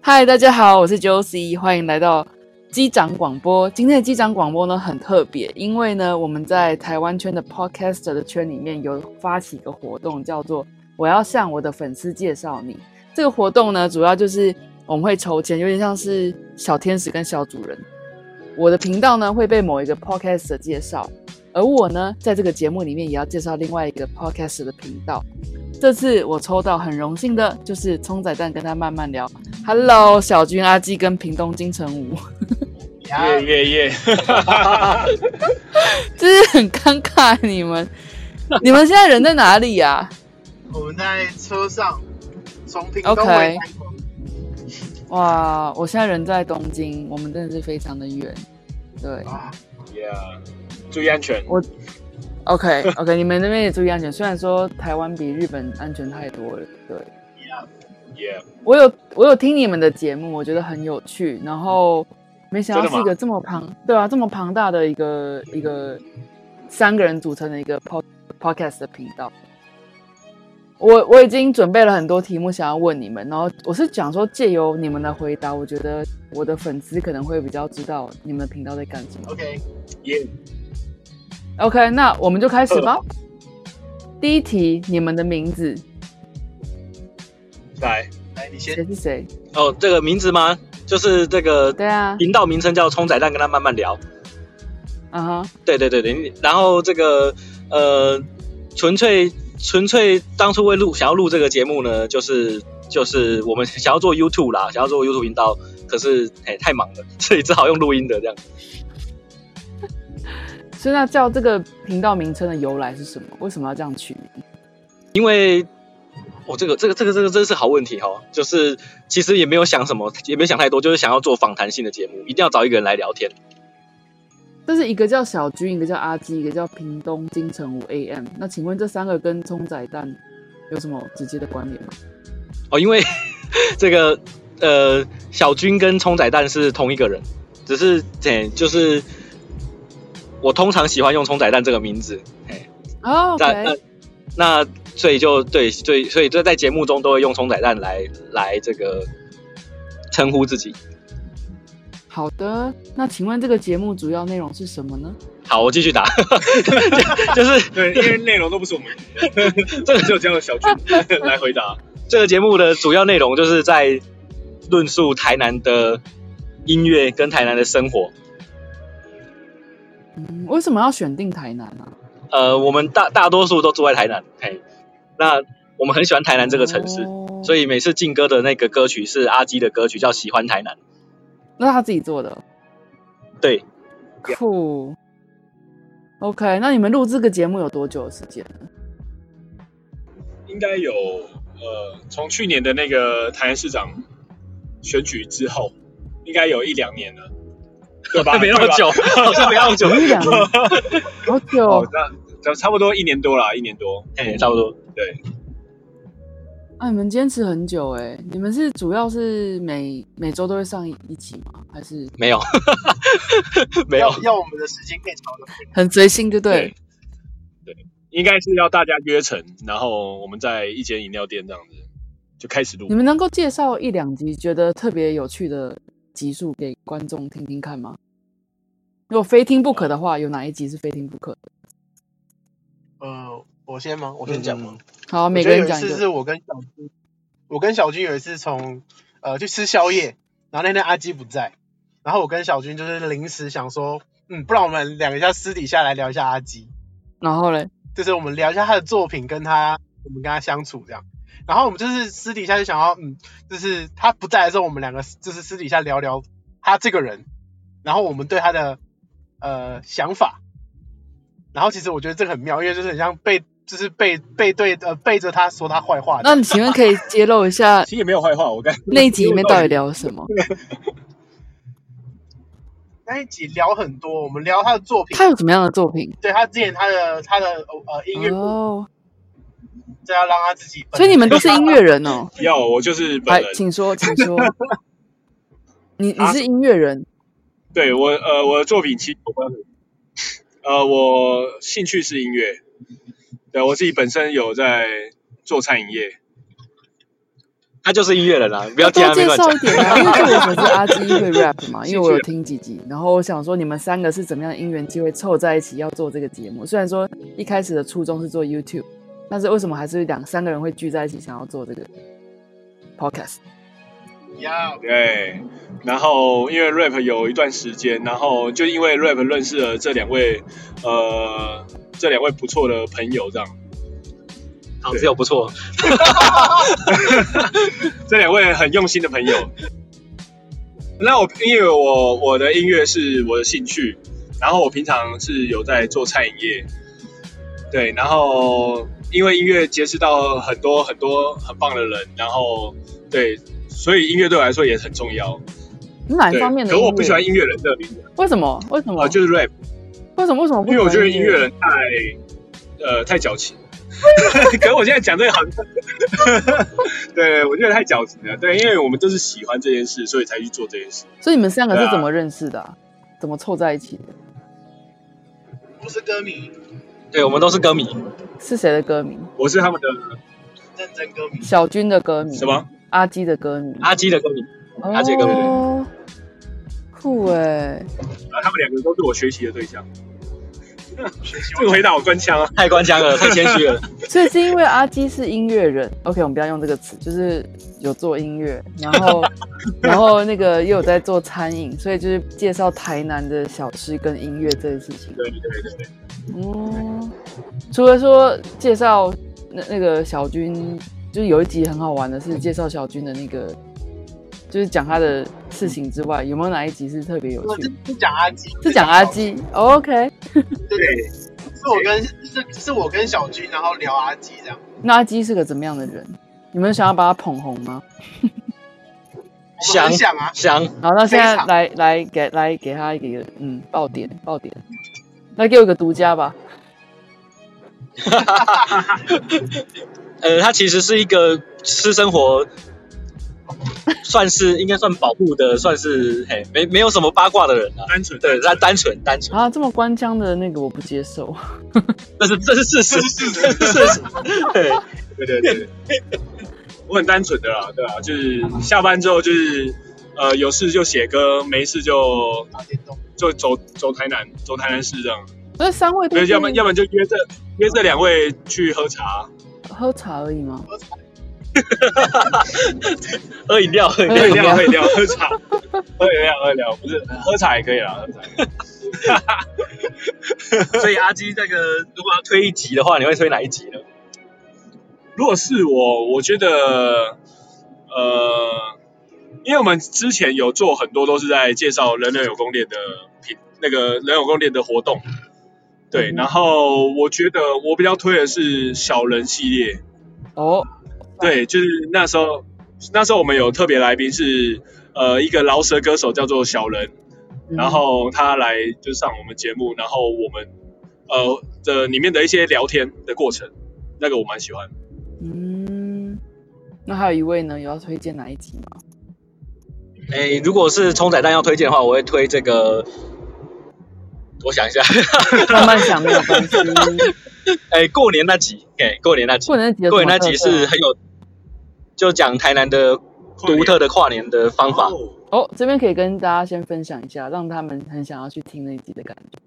嗨，大家好，我是 Josie，欢迎来到机长广播。今天的机长广播呢很特别，因为呢我们在台湾圈的 Podcaster 的圈里面有发起一个活动，叫做“我要向我的粉丝介绍你”。这个活动呢主要就是我们会筹钱，有点像是小天使跟小主人。我的频道呢会被某一个 Podcaster 介绍，而我呢在这个节目里面也要介绍另外一个 Podcaster 的频道。这次我抽到很荣幸的就是葱仔蛋跟他慢慢聊。Hello，小军阿基跟屏东金城武， 耶耶耶！就是很尴尬。你 们，你们现在人在哪里啊呀、我们在车上从屏东回台中哇，我现在人在东京，我们真的是非常的远。对啊， Yeah，注意安全。 ，OK OK，你们那边也注意安全。虽然说台湾比日本安全太多了，对。 Yeah，我有我有听你们的节目，我觉得很有趣，然后没想到真的是吗一个这么庞对啊这么庞大的一个一个三个人组成的一个 pod podcast 的频道。我我已经准备了很多题目想要问你们，然后我是讲说借由你们的回答，我觉得我的粉丝可能会比较知道你们的频道在干什么。 ，OK，耶 OK，那我们就开始吧。呃第一题，你们的名字，来来你先谁是谁？哦，这个名字吗？就是这个对啊，频道名称叫“冲仔蛋”，跟他慢慢聊。嗯哼，对对对对，然后这个呃，纯粹纯粹当初会录想要录这个节目呢，就是就是我们想要做 YouTube 啦，想要做 YouTube 频道，可是哎太忙了，所以只好用录音的这样。所以那叫这个频道名称的由来是什么？为什么要这样取名？因为我、哦、这个这个这个这个真是好问题哈、哦，就是其实也没有想什么，也没有想太多，就是想要做访谈性的节目，一定要找一个人来聊天。但是一个叫小军，一个叫阿基，一个叫屏东金城武 AM。那请问这三个跟冲仔蛋有什么直接的关联吗？哦，因为 这个呃，小军跟冲仔蛋是同一个人，只是哎、就是我通常喜欢用冲仔蛋这个名字，哎、哦、o 但 k 那那所以就对，所以所以就在节目中都会用冲仔蛋来来这个称呼自己。好的。那请问这个节目主要内容是什么呢？好，我继续打， 就就是对，因为内容都不是我们 这个只有这样的小 军 来回答。这个节目的主要内容就是在论述台南的音乐跟台南的生活。嗯，为什么要选定台南啊？呃，我们大大多数都住在台南，嘿，那我们很喜欢台南这个城市，所以以每次进歌的那个歌曲是阿基的歌曲，叫《喜欢台南》。那他自己做的，对，酷。OK，那你们录这个节目有多久的时 间？应该有呃，从去年的那个台南市长选举之后，应该有一两年了，对 吧？啊没那么久， 好像没那么久，一两年，好久对吧。哦哦，。那差差不多一年多啦，一年多。 嘿，差不多。啊，你们坚持很久哎、你们是主要是每每周都会上一一集吗？还 是没有，没有要，要我们的时间更长的，很随性就对了对，对，应该是要大家约成，然后我们在一间饮料店这样子就开始录你。们能够介绍一两集觉得特别有趣的集数给观众听听看吗？如果非听不可的话，有哪一集是非听不可的？呃，我先吗？我先讲嗯吗？好，我每觉个得人有一讲一次个。是我跟小军，我跟小军有一次从呃去吃宵夜，然后那天阿基不在，然后我跟小军就是临时想说，嗯，不然我们两个要私底下来聊一下阿基，然后嘞，就是我们聊一下他的作品，跟他我们跟他相处这样。然后我们就是私底下就想要，嗯，就是他不在的时候，我们两个就是私底下聊聊他这个人，然后我们对他的呃想法。然后其实我觉得这个很妙，因为就是很像背，就是背背对呃背着他说他坏话的。那你请问可以揭露一下 其实也没有坏话，我刚那一 集里面到底聊了什么？那一集聊很多，我们聊他的作品，他有什么样的作品？对他之前他的他的呃呃音乐，哦，这要让他自己本所以你们都是音乐人 哦。不要，我就是本来人，。请说，请说。 你你是音乐人，对我呃，我的作品其实我呃，我兴趣是音乐，对我自己本身有在做餐饮业，他就是音乐人啦，不要听多他介们乱绍一讲。点啊，因为就我所知阿基 会 rap 嘛，因为我有听几集，然后我想说你们三个是怎么样的因缘机会凑在一起要做这个节目？虽然说一开始的初衷是做 YouTube，但是为什么还是两三个人会聚在一起想要做这个 podcast？呀，对，然后因为 rap 有一段时间，然后就因为 rap 认识了这两位，呃，这两位不错的朋友，这样，好，只有不错，这两位很用心的朋友。那我因为我我的音乐是我的兴趣，然后我平常是有在做餐饮业，对，然后因为音乐结识到很多很多很棒的人，然后对，所以音乐对我来说也很重要。是哪一对，方面的可音乐？我不喜欢音乐人的名字为什么？为什么？哦，就是 rap。为什么？为什么不喜欢？因为我觉得音乐人太呃太矫 情。可是我现在讲这个好 像，对我觉得太矫情了。对，因为我们都是喜欢这件事，所以才去做这件事。所以你们三个是对啊怎么认识的啊、怎么凑在一起的？不是歌迷，对我们都是歌迷，是谁的歌迷？我是他们的认真歌迷。小军的歌迷？什么？？阿基的歌迷？阿基的歌迷，哦阿基的歌迷对酷哎、啊他们两个都是我学习的对象。这个回答我官腔啊！太官腔了，太谦虚了。所以是因为阿基是音乐人，OK，我们不要用这个词，就是有做音乐，然后然后那个又有在做餐饮，所以就是介绍台南的小吃跟音乐这件事情。对对对对，嗯，除了说介绍那那个小军，就是有一集很好玩的是介绍小军的那个，就是讲他的事情之外，有没有哪一集是特别有我趣的？是讲阿基，是讲阿基、o k 是我跟是是我跟小军，然后聊阿基这样。那阿基是个怎么样的人？你们想要把他捧红吗？我们很想啊，香，好，那现在非常来来给来给他一个嗯爆点爆点，来给我一个独家吧。呃，他其实是一个私生活，算是应该算保护的，算是嘿，没没有什么八卦的人啊。单纯对，他单纯单纯，啊，这么官腔的那个我不接受。 这是这是事实，这是事实。 对，对对啊对，对我很单纯的啦，对啊，就是下班之后就是呃有事就写歌，没事就打电动。就走走台南，走台南市这样。所以三位都对，是要不然要不然就约这约这两位去喝茶，喝茶而已吗？喝饮料， 喝饮喝料饮料哎喝饮料喝茶，喝饮料喝饮料，不是喝茶也可以啦，喝茶。所以阿基这个如果要推一集的话，你会推哪一集呢？如果是我，我觉得呃，因为我们之前有做很多都是在介绍人人有功练的品那个人有功练的活动，对，嗯然后我觉得我比较推的是小人系列，哦，对，就是那时候，那时候我们有特别来宾是呃一个饶舌歌手叫做小人，嗯然后他来就上我们节目，然后我们呃的里面的一些聊天的过程，那个我蛮喜欢。嗯，那还有一位呢，有要推荐哪一集吗？诶，哎如果是冲仔蛋要推荐的话，我会推这个。我想一下， 慢慢想没有关系。诶，哎过年那集，诶，过年那集过，年那集有什么过年那集特色啊是很有，就讲台南的独特的跨年的方法。哦哦，这边可以跟大家先分享一下，让他们很想要去听那一集的感觉。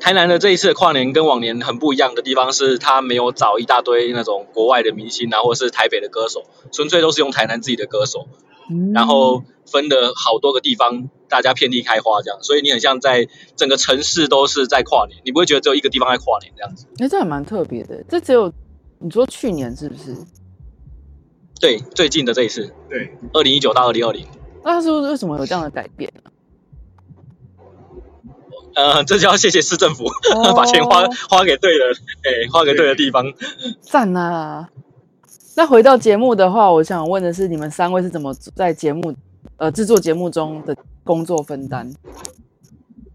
台南的这一次的跨年跟往年很不一样的地方是，它没有找一大堆那种国外的明星啊，或者是台北的歌手，纯粹都是用台南自己的歌手，嗯然后分了好多个地方，大家遍地开花这样，所以你很像在整个城市都是在跨年，你不会觉得只有一个地方在跨年这样子。哎、这还蛮特别的，这只有你说去年是不是？对，最近的这一次，对，二零一九到二零二零，那他说为什么有这样的改变？呃，这就要谢谢市政府、哦 把钱花花给对了，哎，花给对的地方。赞啊！那回到节目的话，我想问的是，你们三位是怎么在节目呃制作节目中的工作分担？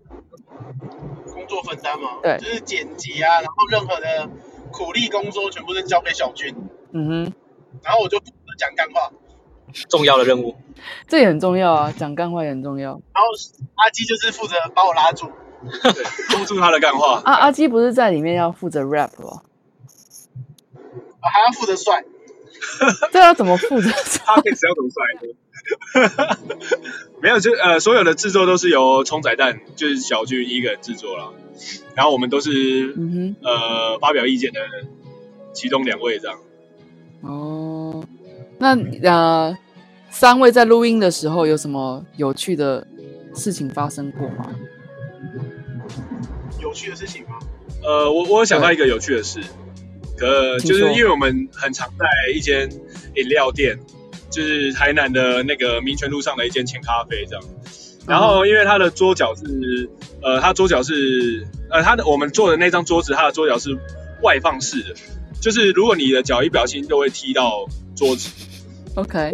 工作分担嘛，对就是剪辑啊，然后任何的苦力工作全部都交给小军，嗯然后我就负责讲干话，重要的任务，哼，这也很重要啊，讲干话也很重要。然后阿基就是负责把我拉住，对，勾住他的干话。啊阿阿基不是在里面要负责 rap 哦，还要负责帅，这啊要怎么负责？ Pockets 要怎么算？ 没有，就呃，所有的制作都是由冲仔蛋就是小军一个人制作了，然后我们都是嗯呃发表意见的其中两位这样。哼，哦，那呃，三位在录音的时候有什么有趣的事情发生过吗？有趣的事情吗？呃，我我有想到一个有趣的事，呃，请就是说因为我们很常在一间饮料店，就是台南的那个民权路上的一间浅咖啡这样。嗯然后因为它的桌角是，呃，它桌角是，呃，它的我们坐的那张桌子，它的桌角是外放式的，就是如果你的脚一不小心就会踢到桌子。 OK，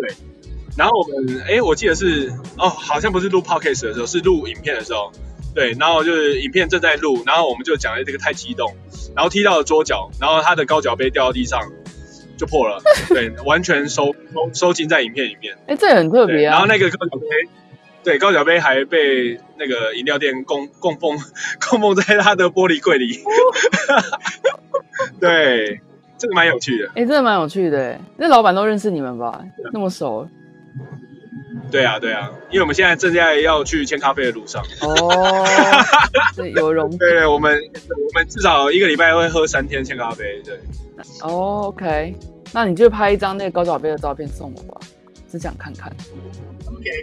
然后我们，哎，我记得是，哦，好像不是录 podcast 的时候，是录影片的时候，对，然后就是影片正在录，然后我们就讲了这个太激动，然后踢到了桌角，然后他的高脚杯掉到地上就 破了，对，完全收收收进在影片里面，哎、这也很特对，别然后啊。那个高脚杯，对，高脚杯还被那个饮料店供供奉 供奉在他的玻璃柜里，哦 对，这个蛮有趣的。哎、真的蛮有趣的哎。那老板都认识你们吧？那么熟对啊，对啊，因为我们现在正在要去千咖啡的路上。 哦，对，有融对，我们我们至少一个礼拜会喝三天千咖啡。对，哦，OK，那你就拍一张那个高脚杯的照片送我吧，只想看看。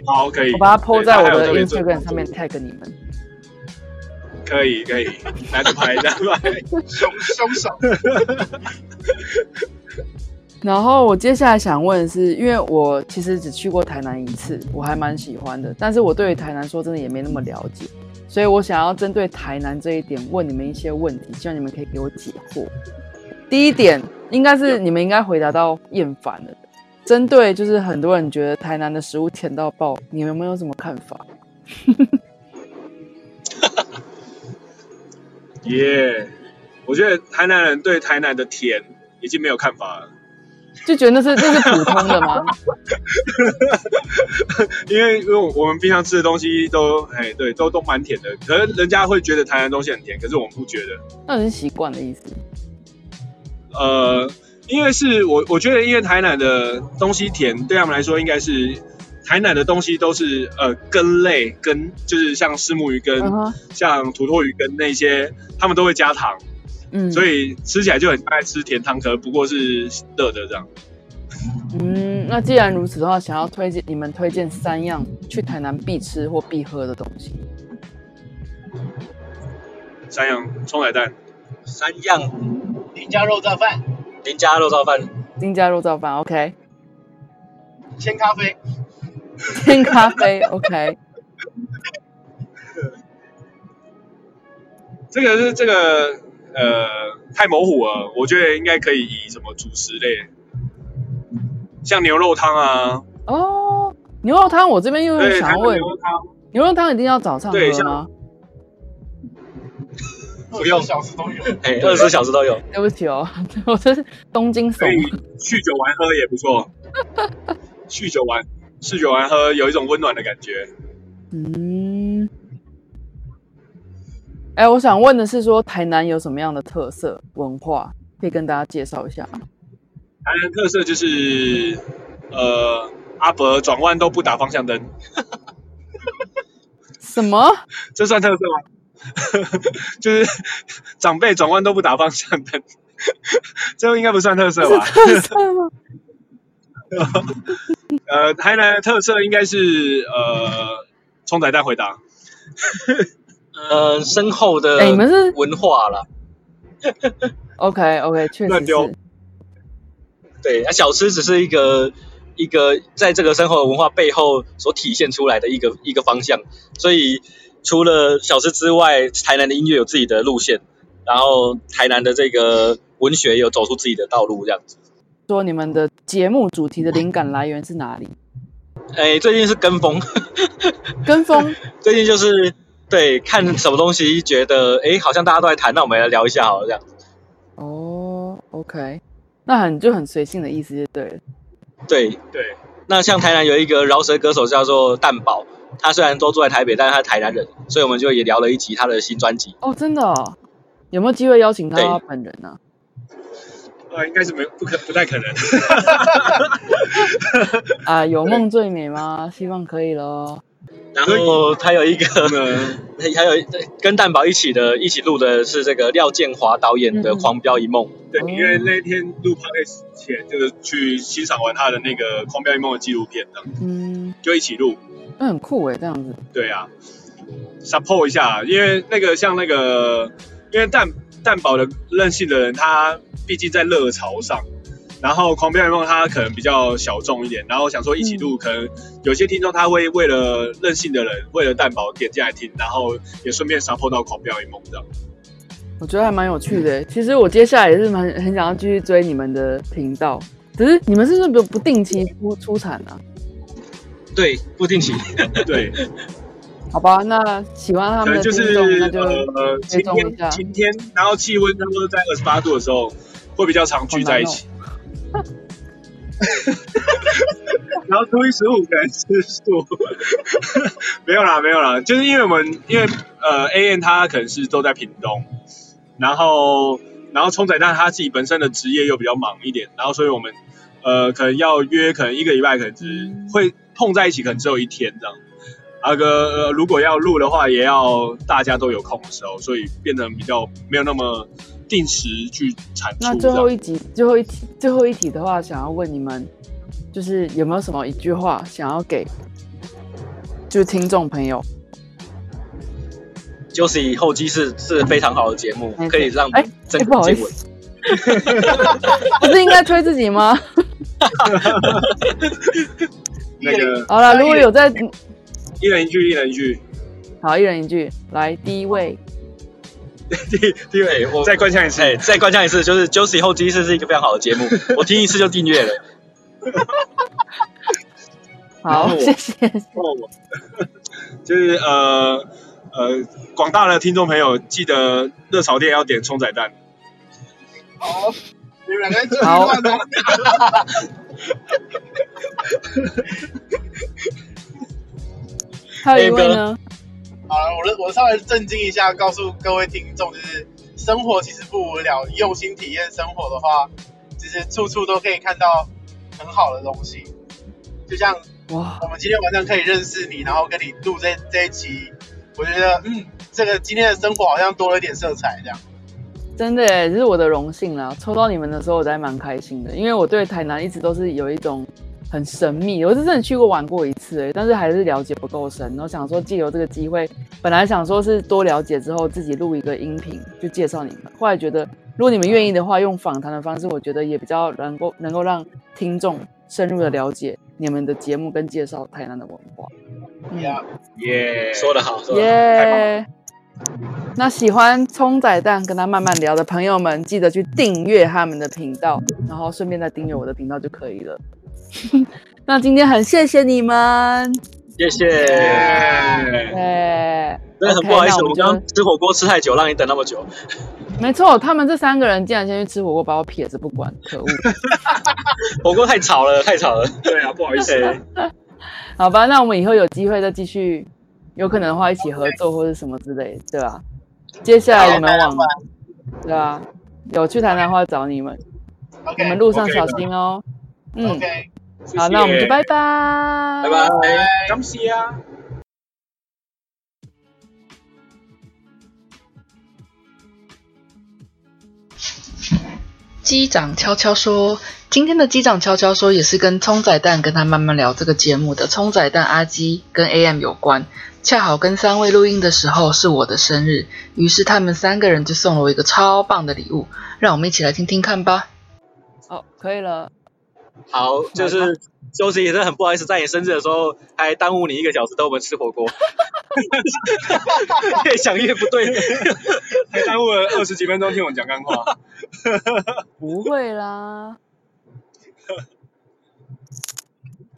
好，可以。我把它 PO 在我的对它还有特别 Instagram 上面 tag 你们。可以可以，拿去拍，拿去拍。凶凶 手，然后我接下来想问的是，因为我其实只去过台南一次，我还蛮喜欢的，但是我对于台南说真的也没那么了解，所以我想要针对台南这一点问你们一些问题，希望你们可以给我解惑。第一点应该是你们应该回答到厌烦了，针对就是很多人觉得台南的食物甜到爆，你们有没有什么看法？耶、我觉得台南人对台南的甜已经没有看法了，就觉得那是那是普通的吗？因为因为我们平常吃的东西都哎对都都蛮甜的，可能人家会觉得台南东西很甜，可是我们不觉得。那只是习惯的意思。呃，因为是我我觉得，因为台南的东西甜，对他们来说应该是台南的东西都是呃根类跟就是像石目鱼跟、嗯哼，像土托鱼跟那些，他们都会加糖，嗯，所以以吃起来就很像在吃甜汤可不过是热的这样。嗯，那既然如此的话，想要推荐你们推荐三样去台南必吃或必喝的东西。三样葱仔蛋，三样林家肉燥饭、林家肉燥饭，丁家肉燥饭，OK， 鲜咖啡、天咖啡，OK，这个是这个呃太模糊了，我觉得应该可以以什么主食类，像牛肉汤啊，哦，牛肉汤我这边又对，有台想湾问牛，肉汤。牛肉汤一定要早上对喝吗像？不用小时都 有。哎，二十小时都有。对不起哦， 我这是东京所以怂，酗酒完喝也不错。酗酒完，酗酒完喝有一种温暖的感觉。嗯。哎，我想问的是说台南有什么样的特色文化，可以跟大家介绍一下吗？台南特色就是，呃，阿伯转弯都不打方向灯，什么？这算特色吗？ 就是长辈转弯都不打方向灯，这应该不算特色吧？特色吗？ 呃，台南的特色应该是呃，冲仔蛋回答。呃，深厚的哎、你们是文化啦。 OK OK，确乱实丢是。对，啊，小吃只是一个一个在这个生活文化背后所体现出来的一个一个方向。所以除了小吃之外，台南的音乐有自己的路线，然后台南的这个文学也有走出自己的道路这样子。说你们的节目主题的灵感来源是哪里？哎，最近是跟风， 跟风最近就是对看什么东西觉得哎好像大家都在谈，那我们来聊一下好了这样。 哦，OK，那很就很随性的意思就对了。对，对，那像台南有一个饶舌歌手叫做蛋宝，他虽然都住在台北，但是他是台南人，所以我们就也聊了一集他的新专辑。哦，真的哦，有没有机会邀请他对本人呢、呃，应该是没不可不太可能。啊，有梦最美吗？ 希望可以喽。然后他有一个， 嗯，还有跟蛋宝一起的，一起录的是这个廖建华导演的《狂飙一梦》。 对，因为那天录 podcast 前，就是去欣赏完他的那个《狂飙一梦》的纪录片，这样嗯，就一起录。那很酷欸诶，这样子。对啊，support 一下，啊因为那个像那个，因为蛋蛋宝的任性的人，他毕竟在热潮上，然后狂飙一梦他可能比较小众一点，然后想说一起录，可能有些听众他会为了任性的人，为了蛋宝点进来听，然后也顺便 support 到狂飙一梦这样。我觉得还蛮有趣的欸。其实我接下来也是蛮很想要继续追你们的频道，只是你们是不是不不定期出出产啊？对，不定期。对，好吧，那喜欢他可们能的就听是众，那就呃追晴踪一下天晴天，然后气温差不多在二十八度的时候，会比较常聚在一起。哦 然后初一十五可能吃素， 没有啦，没有啦，就是因为我们因为呃 A N 他可能是都在屏东，然后然后冲仔蛋他自己本身的职业又比较忙一点，然后所以我们呃可能要约，可能一个礼拜可能只会碰在一起，可能只有一天这样。阿哥、呃，如果要录的话，也要大家都有空的时候，所以变得比较没有那么定时去产那出这最后样。一集，最后一题，最后一题的话，想要问你们，就是有没有什么一句话想要给，就是听众朋友？就是以后期是是非常好的节目，可以让哎整哎不个好意见思闻。不是应该推自己吗？那个好了，如果有在，嗯一人一句，一人一句。好，一人一句，来，第一位，第第对我二，再观想一次。哎，再关键一次，就是 Josie 后期是是一个非常好 的节目，我听一次就订阅了。好然后，我谢谢。哦，我就是呃呃，广大的听众朋友，记得热炒店要点葱仔蛋。好，你们两个就好乱了。还有一位呢？好了，我认我稍微震惊一下，告诉各位听众，就是生活其实不无聊，用心体验生活的话，其实处处都可以看到很好的东西。就像哇，我们今天晚上可以认识你，然后跟你录这这一期，我觉得嗯，这个今天的生活好像多了一点色彩，这样。真的耶，这是我的荣幸啦！抽到你们的时候，我还蛮开心的，因为我对台南一直都是有一种很神秘，我是真的去过玩过一次耶，但是还是了解不够深。然后想说借由这个机会，本来想说是多了解之后自己录一个音频就介绍你们，后来觉得如果你们愿意的话，用访谈的方式，我觉得也比较能够能够让听众深入的了解你们的节目跟介绍台南的文化。嗯呀、耶说得好，说得好。耶！啊那喜欢葱仔蛋跟他慢慢聊的朋友们，记得去订阅他们的频道，然后顺便再订阅我的频道就可以了。 那今天很谢谢你们，谢谢。耶耶！真的很不好意 OK，思那我我们就刚刚吃火锅吃太久，让你等那么 久。没错，他们这三个人竟然先去吃火锅，把我撇着不管，可 恶！火锅太吵了，太吵了。对啊，不好意思，好吧，那我们以后有机会再继续，有可能的话一起合作或者什么之类的，对吧？接下来你们哎往，对吧？有去台南的话找你们， o 你 k 们路上 OK，小心哦。嗯 o，k 好，那我们就拜拜，拜拜。感谢啊。机长悄悄说，今天的机长悄悄说也是跟葱仔蛋跟他慢慢聊这个节目的葱仔蛋阿基跟 AM 有关，恰好跟三位录音的时候是我的生日，于是他们三个人就送了我一个超棒的礼物，让我们一起来听听看吧。哦，可以了，好，就是 Josie 也是很不好意思，在你生日的时候还耽误你一个小时等我们吃火 锅。越想越不对。还耽误了二十几分钟听我们讲干话。不会啦，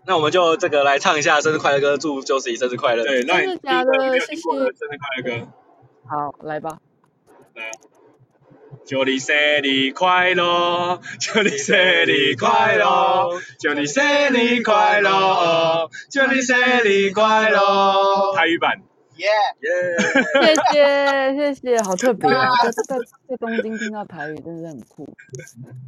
那我们就这个来唱一下生日快乐歌，祝 Josie 生日快乐。对，让你真的听一假个的没有听过的谢生日快乐歌。好，来吧，祝你生日快乐，祝你生日快乐，祝你生日快乐，祝你生日快乐。台语版。耶、耶！谢谢谢谢，好特别啊，在在在东京听到台语真的是很酷。